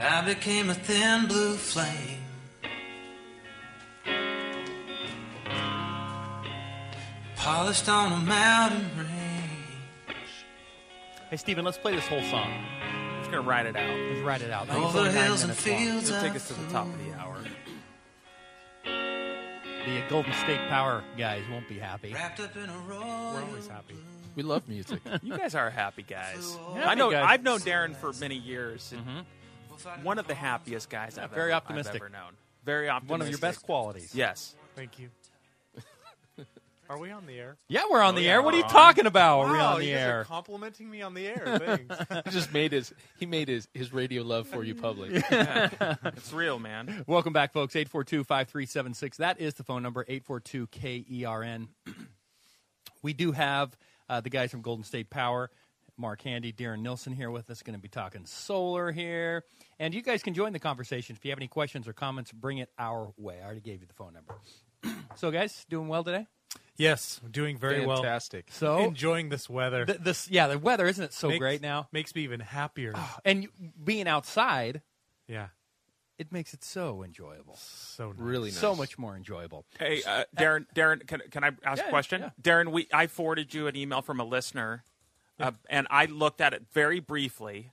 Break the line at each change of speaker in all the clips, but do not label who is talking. I became a thin blue flame. Polished on a mountain range.
Hey, Steven, let's play this whole song. We're just going to ride it out.
Let's write it out. It's
Over
only nine
hills and
minutes long.
fields
It'll
I
take us to the top of the hour.
The uh, Golden State Power guys won't be happy.
Wrapped up in a royal
We're always happy.
We love music.
You guys are happy guys.
Happy
I know.
guys. Mm-hmm.
I've known Darren for many years. and One of the happiest guys I've,
very
ever,
optimistic.
I've ever known. Very optimistic.
One of your best qualities.
Yes.
Thank you. Are we on the air?
Yeah, we're on
Oh,
the
yeah,
air. What are
we're
you
on.
talking about? We're
wow,
on the
you guys are
air.
complimenting me on the air. Thanks.
he just made his he made his, his radio love for you public.
It's real, man.
Welcome back, folks. 842-5376. That is the phone number, 842-KERN. E we do have uh, the guys from Golden State Power, Mark Handy, Darren Nilsson here with us. Going to be talking solar here. And you guys can join the conversation. If you have any questions or comments, bring it our way. I already gave you the phone number. so, guys, doing well today?
yes, I'm doing very
Fantastic.
well.
So,
Enjoying this weather.
th- this, yeah, the weather, isn't it so
Makes-
great now?
Makes me even happier.
And you- being outside,
yeah.
it makes it so enjoyable.
So nice.
Really nice.
So much more enjoyable.
Hey, uh, Darren. Darren, can, can I ask
Yeah,
a question?
yeah.
Darren, we I forwarded you an email from a listener, uh, and I looked at it very briefly,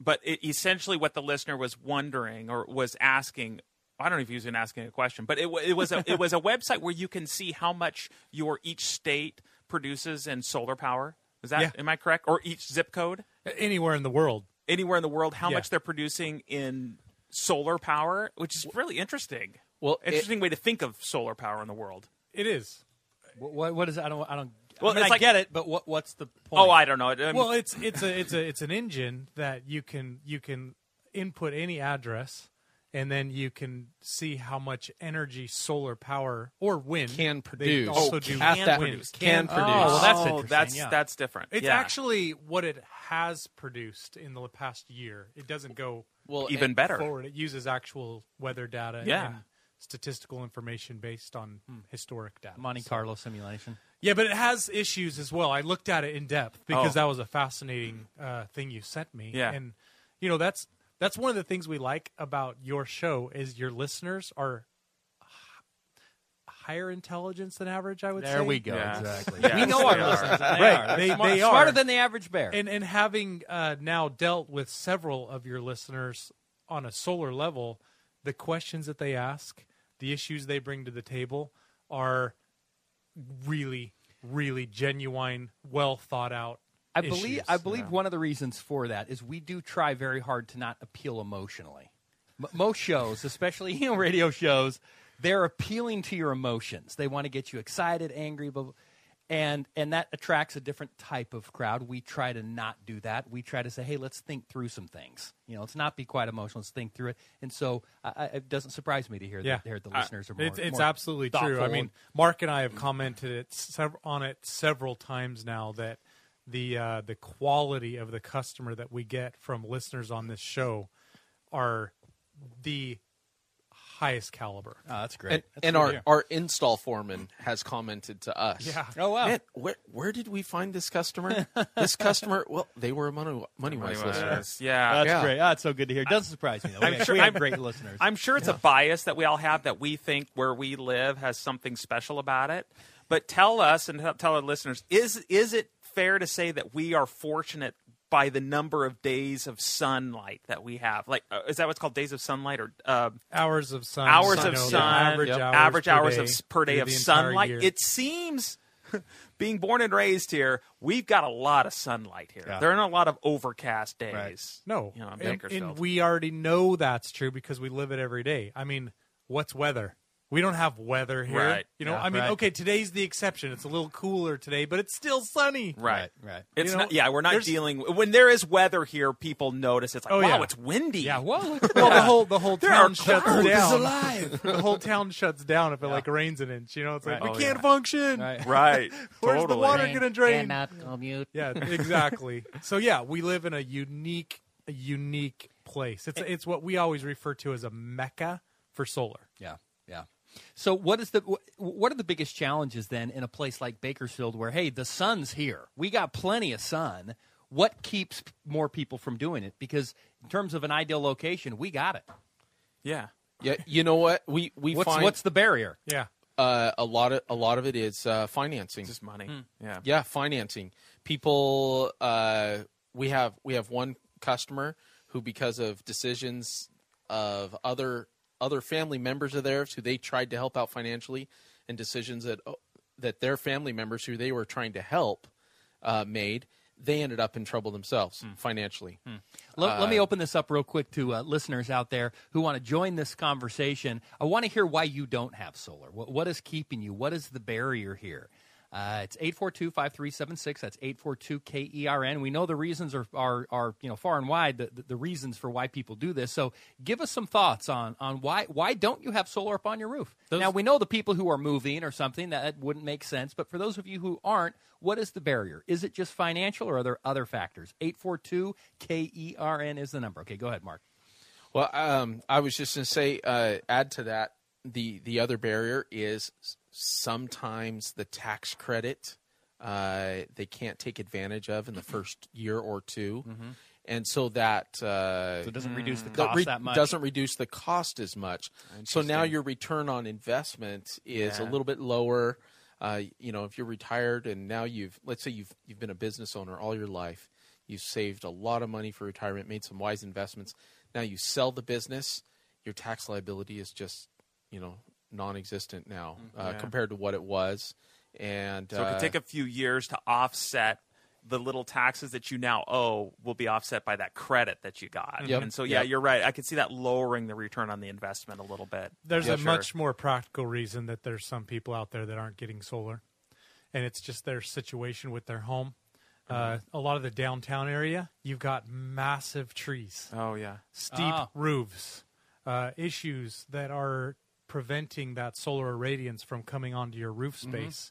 but it, essentially what the listener was wondering or was asking. I don't know if he was even asking a question, but it, wa- it was a it was a website where you can see how much your each state produces in solar power. Is that
Yeah.
am I correct? Or each zip code
Anywhere in the world.
anywhere in the world, how
Yeah.
much they're producing in solar power, which is really interesting.
Well, it-
interesting way to think of solar power in the world.
It is.
What, what is I don't I don't.
Well,
I, mean,
it's
I
like-
get it, but what what's the point?
Oh, I don't know. I mean,
Well, it's it's a it's a it's an engine that you can you can input any address and then you can see how much energy solar power or wind
Can
They
produce.
also
Oh, can
do wind. Ah.
At that-
produce.
Can
Oh,
produce.
well, that's interesting.
that's
yeah.
that's different.
It's
Yeah.
actually what it has produced in the past year. It doesn't go
well,
even
and-
better.
forward. It uses actual weather data
Yeah.
and statistical information based on historic data.
Monte Carlo simulation.
Yeah, but it has issues as well. I looked at it in depth because
Oh.
that was a fascinating uh, thing you sent me.
Yeah.
and you know that's that's one of the things we like about your show is your listeners are h- higher intelligence than average. I would say.
There we go.
Yeah.
Exactly.
Yes,
we know our
they are.
listeners. and They
Right.
are. They're
They-
smart-
they are.
smarter than the average bear.
And and having uh, now dealt with several of your listeners on a solar level, the questions that they ask, the issues they bring to the table, are really, really genuine, well thought out.
I believe
issues.
I believe one of the reasons for that is we do try very hard to not appeal emotionally. M- most shows, especially you know, radio shows, they're appealing to your emotions. They want to get you excited, angry, blah, blah, and and that attracts a different type of crowd. We try to not do that. We try to say, hey, let's think through some things. You know, let's not be quite emotional. Let's think through it. And so I, I, it doesn't surprise me to hear
Yeah.
that hear the listeners are more.
it's it's
more
absolutely true. I
thoughtful
mean,
and-
Mark and I have commented it sev- on it several times now that the uh, the quality of the customer that we get from listeners on this show are the highest caliber.
Oh, that's great.
And,
That's
and
good
our,
to hear.
our install foreman has commented to us.
Yeah.
oh wow.
Man, where where did we find this customer? this customer, well, they were a money money wise
Anyways,
listener.
yeah.
That's
Yeah.
great. Oh, That's so good to hear. It doesn't surprise me. Though. We
I'm
have-
sure-
we have
I'm-
great listeners.
I'm sure it's a bias that we all have that we think where we live has something special about it. But tell us and tell our listeners is is it fair to say that we are fortunate by the number of days of sunlight that we have? Like, uh, is that what's called days of sunlight or uh,
Hours of sun,
hours
sun-
of
no, the
sun,
average
yep,
hours,
average
per
hours
day
of s- per day
through
of
the entire
sunlight.
year.
It seems, being born and raised here, we've got a lot of sunlight here.
Yeah.
There aren't a lot of overcast days.
no,
you know, in
and,
Bakersfield.
and we already know that's true because we live it every day. I mean, what's weather? We don't have weather here.
Right.
You know,
Yeah,
I mean,
right.
okay, today's the exception. It's a little cooler today, but it's still sunny.
right,
Right, right.
It's
You know,
not. Yeah, we're not
there's-
dealing when there is weather here. People notice it's like,
Oh,
wow,
yeah.
it's windy.
yeah. Well, look
Well, the whole the whole
There
town
are
shuts
clouds.
down.
It's
alive. the whole town shuts down if it like rains an inch. You know, it's like
Right.
we
Oh,
can't
yeah.
function.
Right.
right.
Where's the
totally.
water gonna drain?
commute.
Yeah, exactly. so yeah, we live in a unique, a unique place. It's it's what we always refer to as a mecca for solar.
Yeah, yeah. So what is the wh- what are the biggest challenges then in a place like Bakersfield where hey the sun's here we got plenty of sun what keeps p- more people from doing it? Because in terms of an ideal location, we got it.
Yeah.
Yeah, you know what? We we
What's
find
what's the barrier?
Yeah.
uh, a lot of a lot of it is uh, financing.
Just money.
Hmm.
Yeah.
Yeah, financing. People, uh, we have we have one customer who, because of decisions of other other family members of theirs who they tried to help out financially, and decisions that oh, that their family members who they were trying to help uh, made, they ended up in trouble themselves financially.
Let, let me open this up real quick to uh, listeners out there who want to join this conversation. I want to hear why you don't have solar. What, what is keeping you? What is the barrier here? Uh, it's 842-5376. That's 842-KERN. E We know the reasons are, are, are you know, far and wide, the, the, the reasons for why people do this. So give us some thoughts on, on why, why don't you have solar up on your roof? now, we know the people who are moving or something, that, that wouldn't make sense. But for those of you who aren't, what is the barrier? Is it just financial or are there other factors? 842-KERN E is the number. Okay, go ahead, Mark.
Well, um, I was just going to say, uh, add to that the the other barrier is s- sometimes the tax credit uh, they can't take advantage of in the first year or 2 and so that uh,
So it doesn't reduce the
that
cost
re-
that much.
doesn't reduce the cost as much. So now your return on investment is a
Yeah.
little bit lower. Uh, you know, if you're retired and now you've let's say you've you've been a business owner all your life, you've saved a lot of money for retirement, made some wise investments. Now you sell the business, your tax liability is just you know non-existent now uh,
Mm, Yeah.
compared to what it was. And
So it
uh,
could take a few years to offset the little taxes that you now owe will be offset by that credit that you got.
Yep.
And so yeah,
Yep.
you're right. I could see that lowering the return on the investment a little bit.
There's
Yeah,
a
sure.
much more practical reason that there's some people out there that aren't getting solar, and it's just their situation with their home.
Mm-hmm.
Uh, a lot of the downtown area, you've got massive trees,
Oh yeah.
steep
Ah.
roofs, uh, issues that are preventing that solar irradiance from coming onto your roof
Mm-hmm.
space.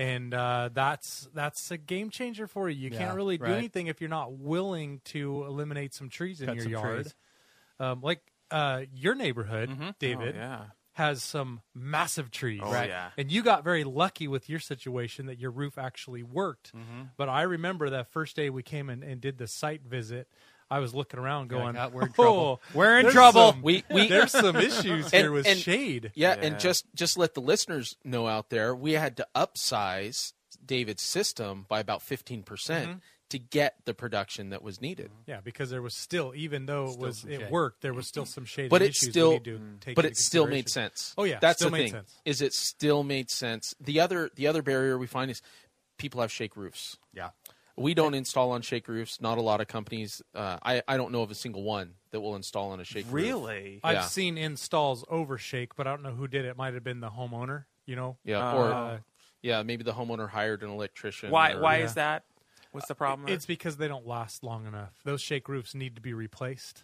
And uh, that's that's a game changer for you. You
Yeah,
can't really do
right.
anything if you're not willing to eliminate some trees in
Cut
your
some
yard.
trees. Mm-hmm. Oh,
Um, like uh, your neighborhood, David
yeah.
has some massive trees.
Oh, Right. yeah.
And you got very lucky with your situation that your roof actually worked.
Mm-hmm.
But I remember that first day we came in and did the site visit. I was looking around
You're
going,
like, "Ah, we're in
"Oh,
trouble. We're in
there's
trouble."
some-
We- we-
there's some issues
And-
here with
and-
shade.
Yeah,
Yeah.
and just just let the listeners know out there, we had to upsize David's system by about fifteen percent
Mm-hmm.
to get the production that was needed.
Yeah, because there was still, even though it was
some
it
shade.
worked, there was still some shade.
But it
issues we
still- Mm.
need to take
But
into
it still made
consideration.
sense.
Oh, yeah,
that's
still
the
made
thing.
sense.
Is it still made sense? The other the other barrier we find is people have shake roofs.
Yeah.
We don't install on shake roofs. Not a lot of companies. Uh, I I don't know of a single one that will install on a shake roof.
Really?
I've
Yeah.
seen installs overshake, but I don't know who did it. Might have been the homeowner, you know?
Yeah. Or
Uh,
yeah, maybe the homeowner hired an electrician.
Why
or-
why
Yeah.
is that? What's the problem? there?
It's because they don't last long enough. Those shake roofs need to be replaced.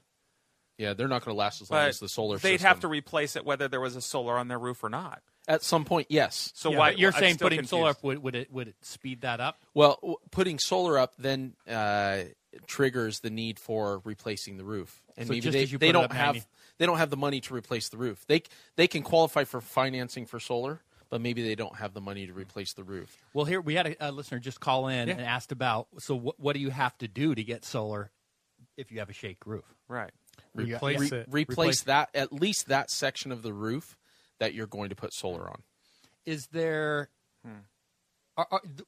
Yeah, they're not going to last as long
but
as the solar.
they'd
system.
have to replace it whether there was a solar on their roof or not.
at some point. Yes.
So
Yeah,
why
but you're
I'm
saying
still
putting solar
confused.
up would, would it would it speed that up?
Well, w- putting solar up then uh, triggers the need for replacing the roof, and
So
maybe
just
they,
as you
they
put it
don't
up,
have
90.
they don't have the money to replace the roof. They c- they can qualify for financing for solar, but maybe they don't have the money to replace the roof.
Well, here we had a, a listener just call in
Yeah.
and asked about. So, what, what do you have to do to get solar if you have a shake roof?
Right.
Re-
Replace
re-
it.
Replace,
Replace-
that at least that section of the roof that you're going to put solar on.
Is there
Hmm.
are, are, th-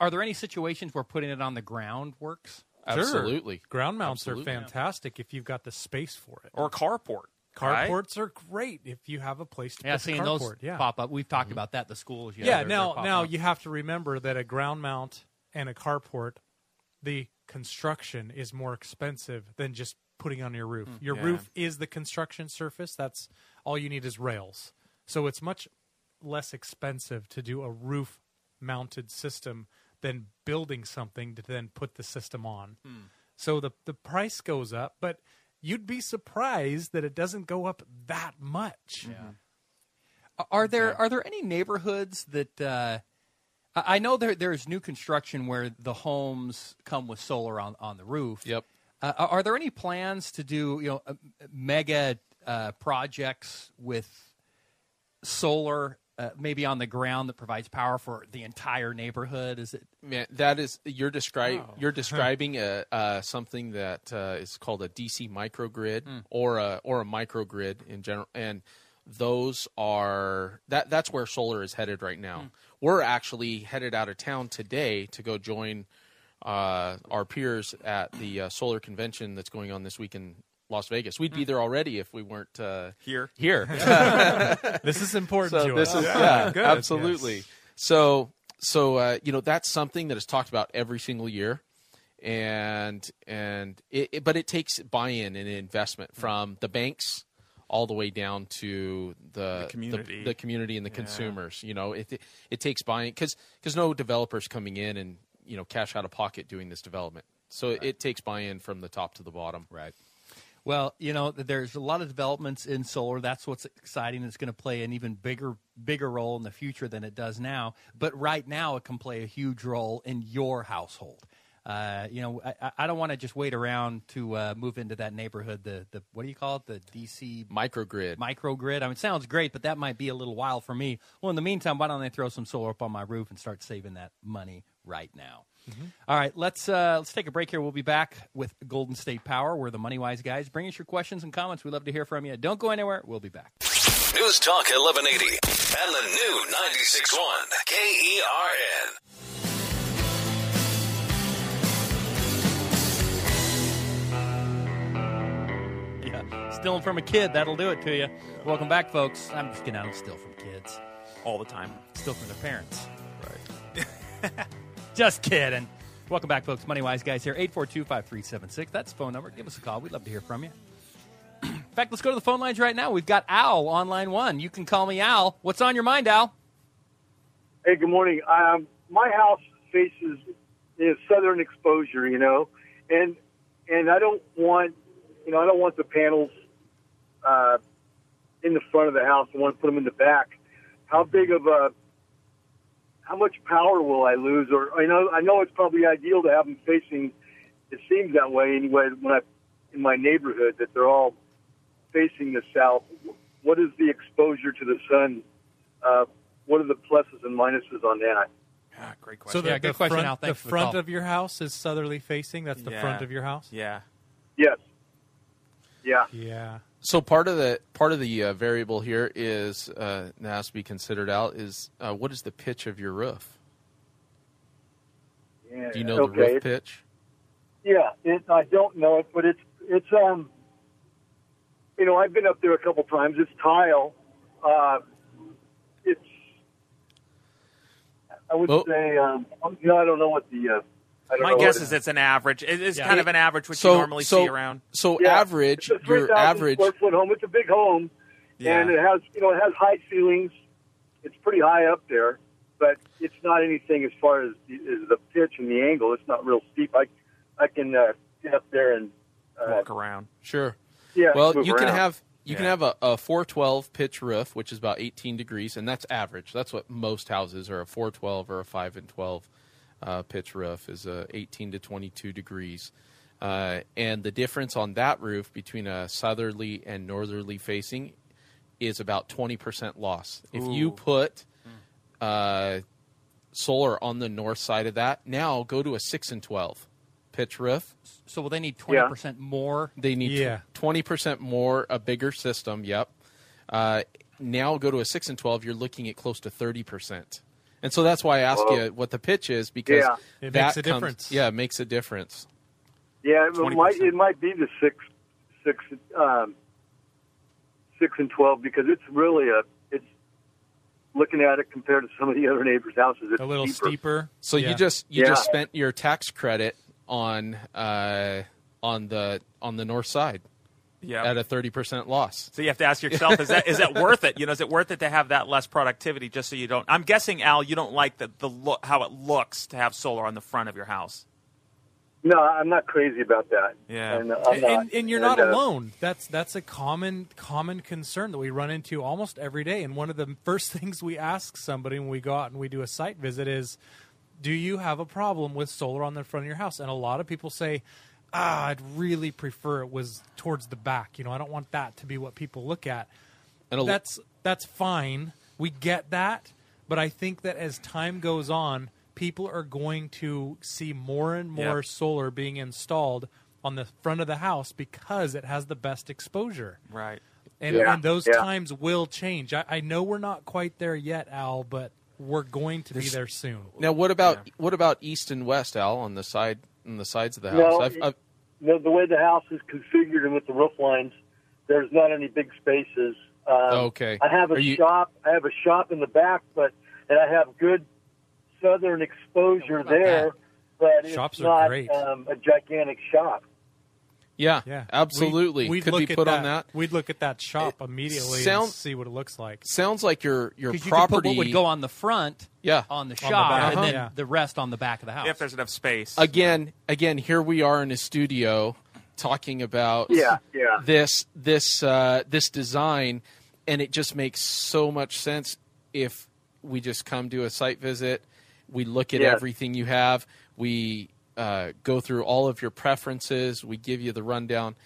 are there any situations where putting it on the ground works?
Sure.
Absolutely.
Ground mounts
Absolutely.
are fantastic if you've got the space for it.
Or carport. right?
carports are great if you have a place to
Yeah,
put the
seeing
carport.
those
yeah. Mm-hmm.
pop up. We've talked about that. The schools. Yeah.
yeah,
they're-
now
they're popping
now
up.
you have to remember that a ground mount and a carport, the construction is more expensive than just putting on your roof. your
yeah.
roof is the construction surface. That's all you need is rails. So it's much less expensive to do a roof mounted system than building something to then put the system on. So the the price goes up, but you'd be surprised that it doesn't go up that much.
Are there are there any neighborhoods that uh, I I know there there's new construction where the homes come with solar on, on the roof.
Yep.
Uh, are are there any plans to do you know uh, mega uh, projects with solar uh, maybe on the ground that provides power for the entire neighborhood? Is it
Man, that is you're describing you're describing a uh, something that uh, is called a DC microgrid or a or a microgrid in general, and those are that that's where solar is headed right now. We're actually headed out of town today to go join uh, our peers at the uh, solar convention that's going on this week in Las Vegas. We'd be there already if we weren't uh,
Here.
Here,
This is important Oh,
so
to
this
us.
is yeah, absolutely. So so uh, you know that's something that is talked about every single year, and and it, it- but it takes buy-in and investment from the banks all the way down to the,
The community.
the, community and the consumers. You know, it it, it takes buy-in because because no developers coming in and you know cash out of pocket doing this development. So it takes buy-in from the top to the bottom.
right? Well, you know, th- there's a lot of developments in solar. That's what's exciting. It's going to play an even bigger, bigger role in the future than it does now. But right now, it can play a huge role in your household. Uh, you know, I- I, I don't want to just wait around to uh, move into that neighborhood. The, the what do you call it? The DC
Microgrid.
microgrid. I mean, it sounds great, but that might be a little while for me. Well, in the meantime, why don't I throw some solar up on my roof and start saving that money right now? All right, let's uh, let's take a break here. We'll be back with Golden State Power. We're the Money Wise guys. Bring us your questions and comments. We love to hear from you. Don't go anywhere. We'll be back.
News Talk 1180 and the new 961 KERN.
Yeah, stealing from a kid that'll do it to you. Welcome back, folks. I'm just kidding. I don't steal from kids.
all the time.
Still from their parents. Right. Just kidding. Welcome back, folks. Money Wise Guys here, 842-5376. That's the phone number. Give us a call. We'd love to hear from you. In fact, let's go to the phone lines right now. We've got Al on line one. You can call me Al. What's on your mind, Al?
Hey, good morning. Um, my house faces is southern exposure, you know, and and I don't want, you know, I don't want the panels uh, in the front of the house. I want to put them in the back. How big of a, how much power will I lose? Or I know I know it's probably ideal to have them facing. It seems that way anyway. When I in my neighborhood that they're all facing the south. What is the exposure to the sun? Uh, what are the pluses and minuses on that?
Ah, great question.
So the,
Yeah, good
the
question, Al.
front, the
Thanks for the
front
call.
of your house is southerly facing. That's the
Yeah.
front of your house.
yeah.
Yes. Yeah.
Yeah.
So part of the part of the uh, variable here is uh, that has to be considered out is uh, what is the pitch of your roof?
yeah.
Do you know the
okay.
roof pitch?
Yeah, it, I don't know it, but it's it's um, you know, I've been up there a couple times. It's tile. Uh, it's I would
Well-
say um, you know, I don't know what the uh, I don't
My
know
guess
what
is it's an average. It is kind of an average, which
so
you normally
so,
see around.
So
Yeah.
average,
It's a
your
3,000
average.
square foot home. It's a big home,
Yeah.
and it has you know it has high ceilings. It's pretty high up there, but it's not anything as far as the, as the pitch and the angle. It's not real steep. I I can uh, get up there and uh,
Walk around.
Sure.
yeah.
well,
move
you can
around.
have you can
Yeah.
have a, a 412 pitch roof, which is about 18 degrees, and that's average. That's what most houses are a 412 or a 5 and 12 uh, pitch roof is uh, 18 to 22 degrees. Uh, and the difference on that roof between a southerly and northerly facing is about 20% loss. If you put uh, solar on the north side of that, now go to a 6 and 12 pitch roof
So will they need 20% more?
they need
Yeah.
twenty percent more, a bigger system. Yep. Uh, now go to a six and twelve. You're looking at close to thirty percent, and so that's why I asked you what the pitch is because
Yeah.
It
that
makes a
comes-
difference.
Yeah, it makes a difference.
Yeah, it might
20%.
it might be the six six um, six and twelve because it's really a it's looking at it compared to some of the other neighbors' houses. It's
A little
steeper.
steeper.
So
Yeah.
you just you
Yeah.
just spent your tax credit on uh, on the on the north side
Yeah.
at a thirty percent loss.
so you have to ask yourself: Is that is that worth it? You know, is it worth it to have that less productivity just so you don't? I'm guessing, Al, you don't like the the look how it looks to have solar on the front of your house.
No, I'm not crazy about that.
Yeah.
and, I'm
and,
not,
and, and you're not
uh,
alone. That's that's a common common concern that we run into almost every day. And one of the first things we ask somebody when we go out and we do a site visit is, "Do you have a problem with solar on the front of your house?" And a lot of people say, "Ah, I'd really prefer it was towards the back. You know, I don't want that to be what people look at."
And a,
That's that's fine. We get that, but I think that as time goes on, people are going to see more and more
Yep.
solar being installed on the front of the house because it has the best exposure.
Right.
And,
Yeah,
and those
yeah.
times will change. I, I know we're not quite there yet, Al, but we're going to be there soon.
Now, what about what about east and west, Al, on the side on the sides of the house?
No,
I've,
it-
I've,
The, the way the house is configured and with the roof lines, there's not any big spaces. Um,
Okay.
I have
Are
a
you-
shop. I have a shop in the back, but and I have good southern exposure there. But
Shops
it's
are
not
great.
Um, a gigantic shop.
yeah,
Yeah,
absolutely.
We'd, we'd
Could
look
be
at
put on that.
We'd look at that shop immediately
sound-
and see what it looks like.
Sounds like your your
Because you could put
property
what would go on the front,
Yeah.
on the
the
shop,
back,
and then
uh-huh.
the rest on the back of the house.
If there's enough space.
again. Again, here we are in a studio talking about
Yeah, yeah.
this this uh, this design, and it just makes so much sense if we just come do a site visit, we look at
Yeah.
everything you have, we uh, go through all of your preferences, we give you the rundown,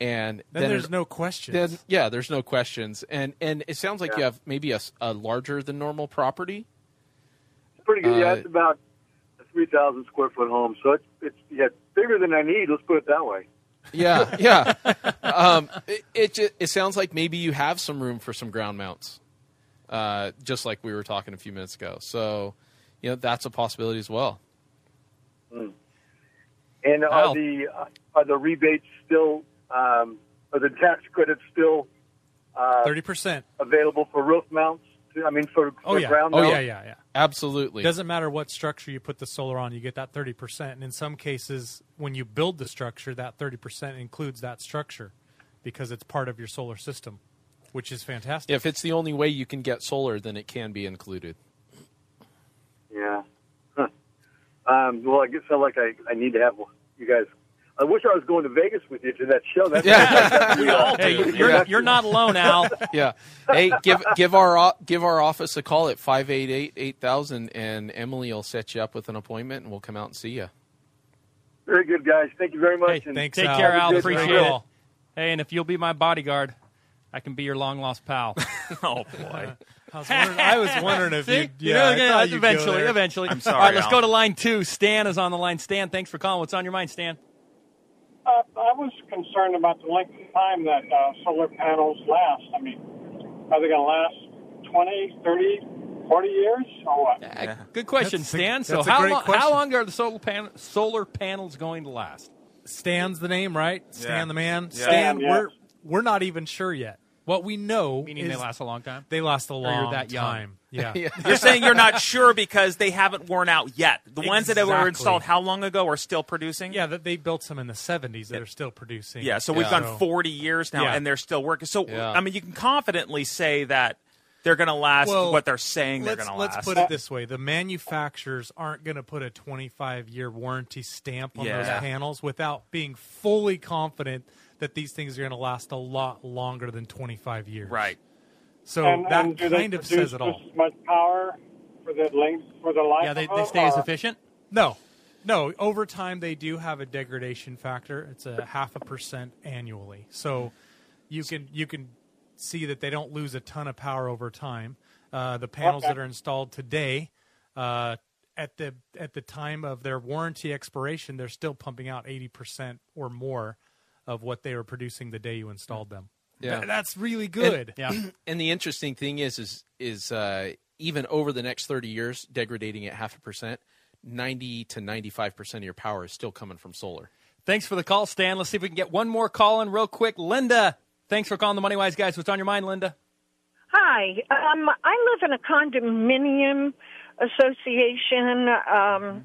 and
Then,
then
there's
it-
no question.
then yeah, there's no questions, and and it sounds like you have maybe a, s- a larger than normal property.
It's pretty good.
Uh,
yeah, it's about a three thousand square foot home, so it's it's yeah bigger than I need. Let's put it that way.
Yeah, yeah. um, it, it ju- it sounds like maybe you have some room for some ground mounts, uh, just like we were talking a few minutes ago. So, you know, that's a possibility as well.
And
Wow.
are the uh, are the rebates still um, are the tax credits still Uh,
Thirty percent.
available for roof mounts? I mean, for, for
Oh yeah.
ground
Oh
mounts.
yeah. Yeah. Yeah.
Absolutely.
Doesn't matter what structure you put the solar on, you get that thirty percent. And in some cases, when you build the structure, that thirty percent includes that structure because it's part of your solar system, which is fantastic.
if it's the only way you can get solar, then it can be included.
Yeah. Huh. Um, well, I guess I feel like I, I need to have one. you guys. I wish I was going to Vegas with you to that show. That's
Hey, you're, you're not alone, Al.
Yeah. Hey, give give our o- give our office a call at 588-8000 and Emily will set you up with an appointment and we'll come out and see you.
very good, guys. Thank you very
Hey,
much. and
thanks,
Take
Al.
care,
Have a
Al.
good
Appreciate
night.
it. Hey, and if you'll be my bodyguard, I can be your long lost pal.
oh boy.
I was wondering, I was wondering if
See?
you.
You know,
Yeah. I
yeah,
thought you'd go
eventually,
there.
eventually.
I'm sorry,
All right, let's
Al.
go to line two. Stan is on the line. Stan, thanks for calling. What's on your mind, Stan?
Uh, I was concerned about the length of time that uh, solar panels last. I mean, are they going to last 20, 30, 40 years or what?
Yeah.
Good question,
That's a-
Stan. so,
that's a
how
great
long, how
question.
long are the solar, pan- solar panels going to last?
Stan's the name, right? Stan
Yeah.
the man.
Yeah.
Stan,
Yeah.
we're we're not even sure yet. What we know
Meaning
is
they last a long time.
they last a long
that young.
time. Yeah.
You're saying you're not sure because they haven't worn out yet. The ones that were
Exactly.
installed how long ago are still producing?
Yeah, that they built some in the 70s that are still producing.
Yeah, so we've
Yeah.
done 40 years now
Yeah.
and they're still working. So
Yeah.
I mean, you can confidently say that they're going to last
Well,
what they're saying they're
Let's,
going to last.
let's put it this way: the manufacturers aren't going to put a 25-year warranty stamp on
Yeah.
those panels without being fully confident that these things are going to last a lot longer than 25 years.
right.
So
and,
that
and do they
kind of
produce
says it all.
just as much power for the length for the life?
Yeah, they,
of
they
them,
stay as
or-
efficient.
No, no. Over time, they do have a degradation factor. It's a half a percent annually. So you can you can see that they don't lose a ton of power over time. Uh, the panels
Okay.
that are installed today, uh, at the at the time of their warranty expiration, they're still pumping out eighty percent or more of what they were producing the day you installed them.
Yeah.
Th- that's really good.
Yeah.
And the interesting thing is, is is uh, even over the next thirty years, degrading at half a percent, ninety to ninety-five percent of your power is still coming from solar.
Thanks for the call, Stan. Let's see if we can get one more call in real quick. Linda, thanks for calling the Money Wise Guys. What's on your mind, Linda?
Hi. Um, I live in a condominium association um,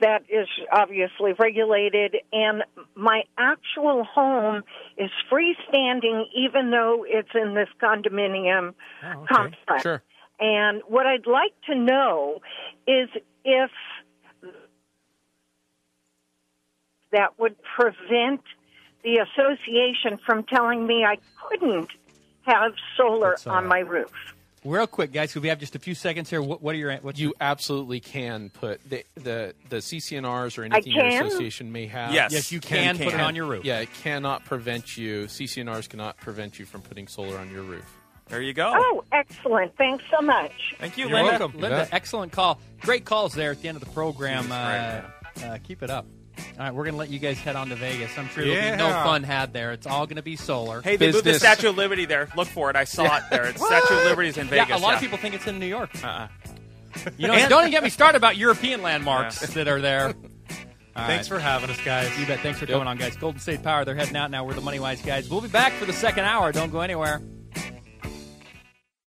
that is obviously regulated, and my actual home is freestanding, even though it's in this condominium
Oh, okay.
complex.
Sure.
And what I'd like to know is if that would prevent the association from telling me I couldn't have solar
all
uh,
on
right.
my roof.
Real quick, guys, 'cause we have just a few seconds here. What, what are your what's
You absolutely can put the the, the CCNRs or anything your
can?
association may have.
Yes.
Yes, you can,
You
put
can.
it on your roof.
Yeah, it cannot prevent you. CCNRs cannot prevent you from putting solar on your roof.
There you go.
Oh, excellent. Thanks so much.
Thank you,
You're
Linda.
welcome, Linda. Excellent call. Great calls there at the end of the program. Uh,
That's
uh, keep it up. All right, we're going to let you guys head on to Vegas. I'm sure there'll be no
Yeah.
fun had there. It's all going to be solar.
Hey, they moved the
Business.
Statue of Liberty there. Look for it. I saw it there. It's Statue of Liberty's in Vegas.
yeah, a lot of people think it's in New York.
Uh-uh.
You know, don't even get me started about European landmarks that are there.
Thanks for having us, guys.
You bet. Thanks for coming on, guys. Golden State Power, they're heading out now. We're the Money Wise guys. We'll be back for the second hour. Don't go anywhere.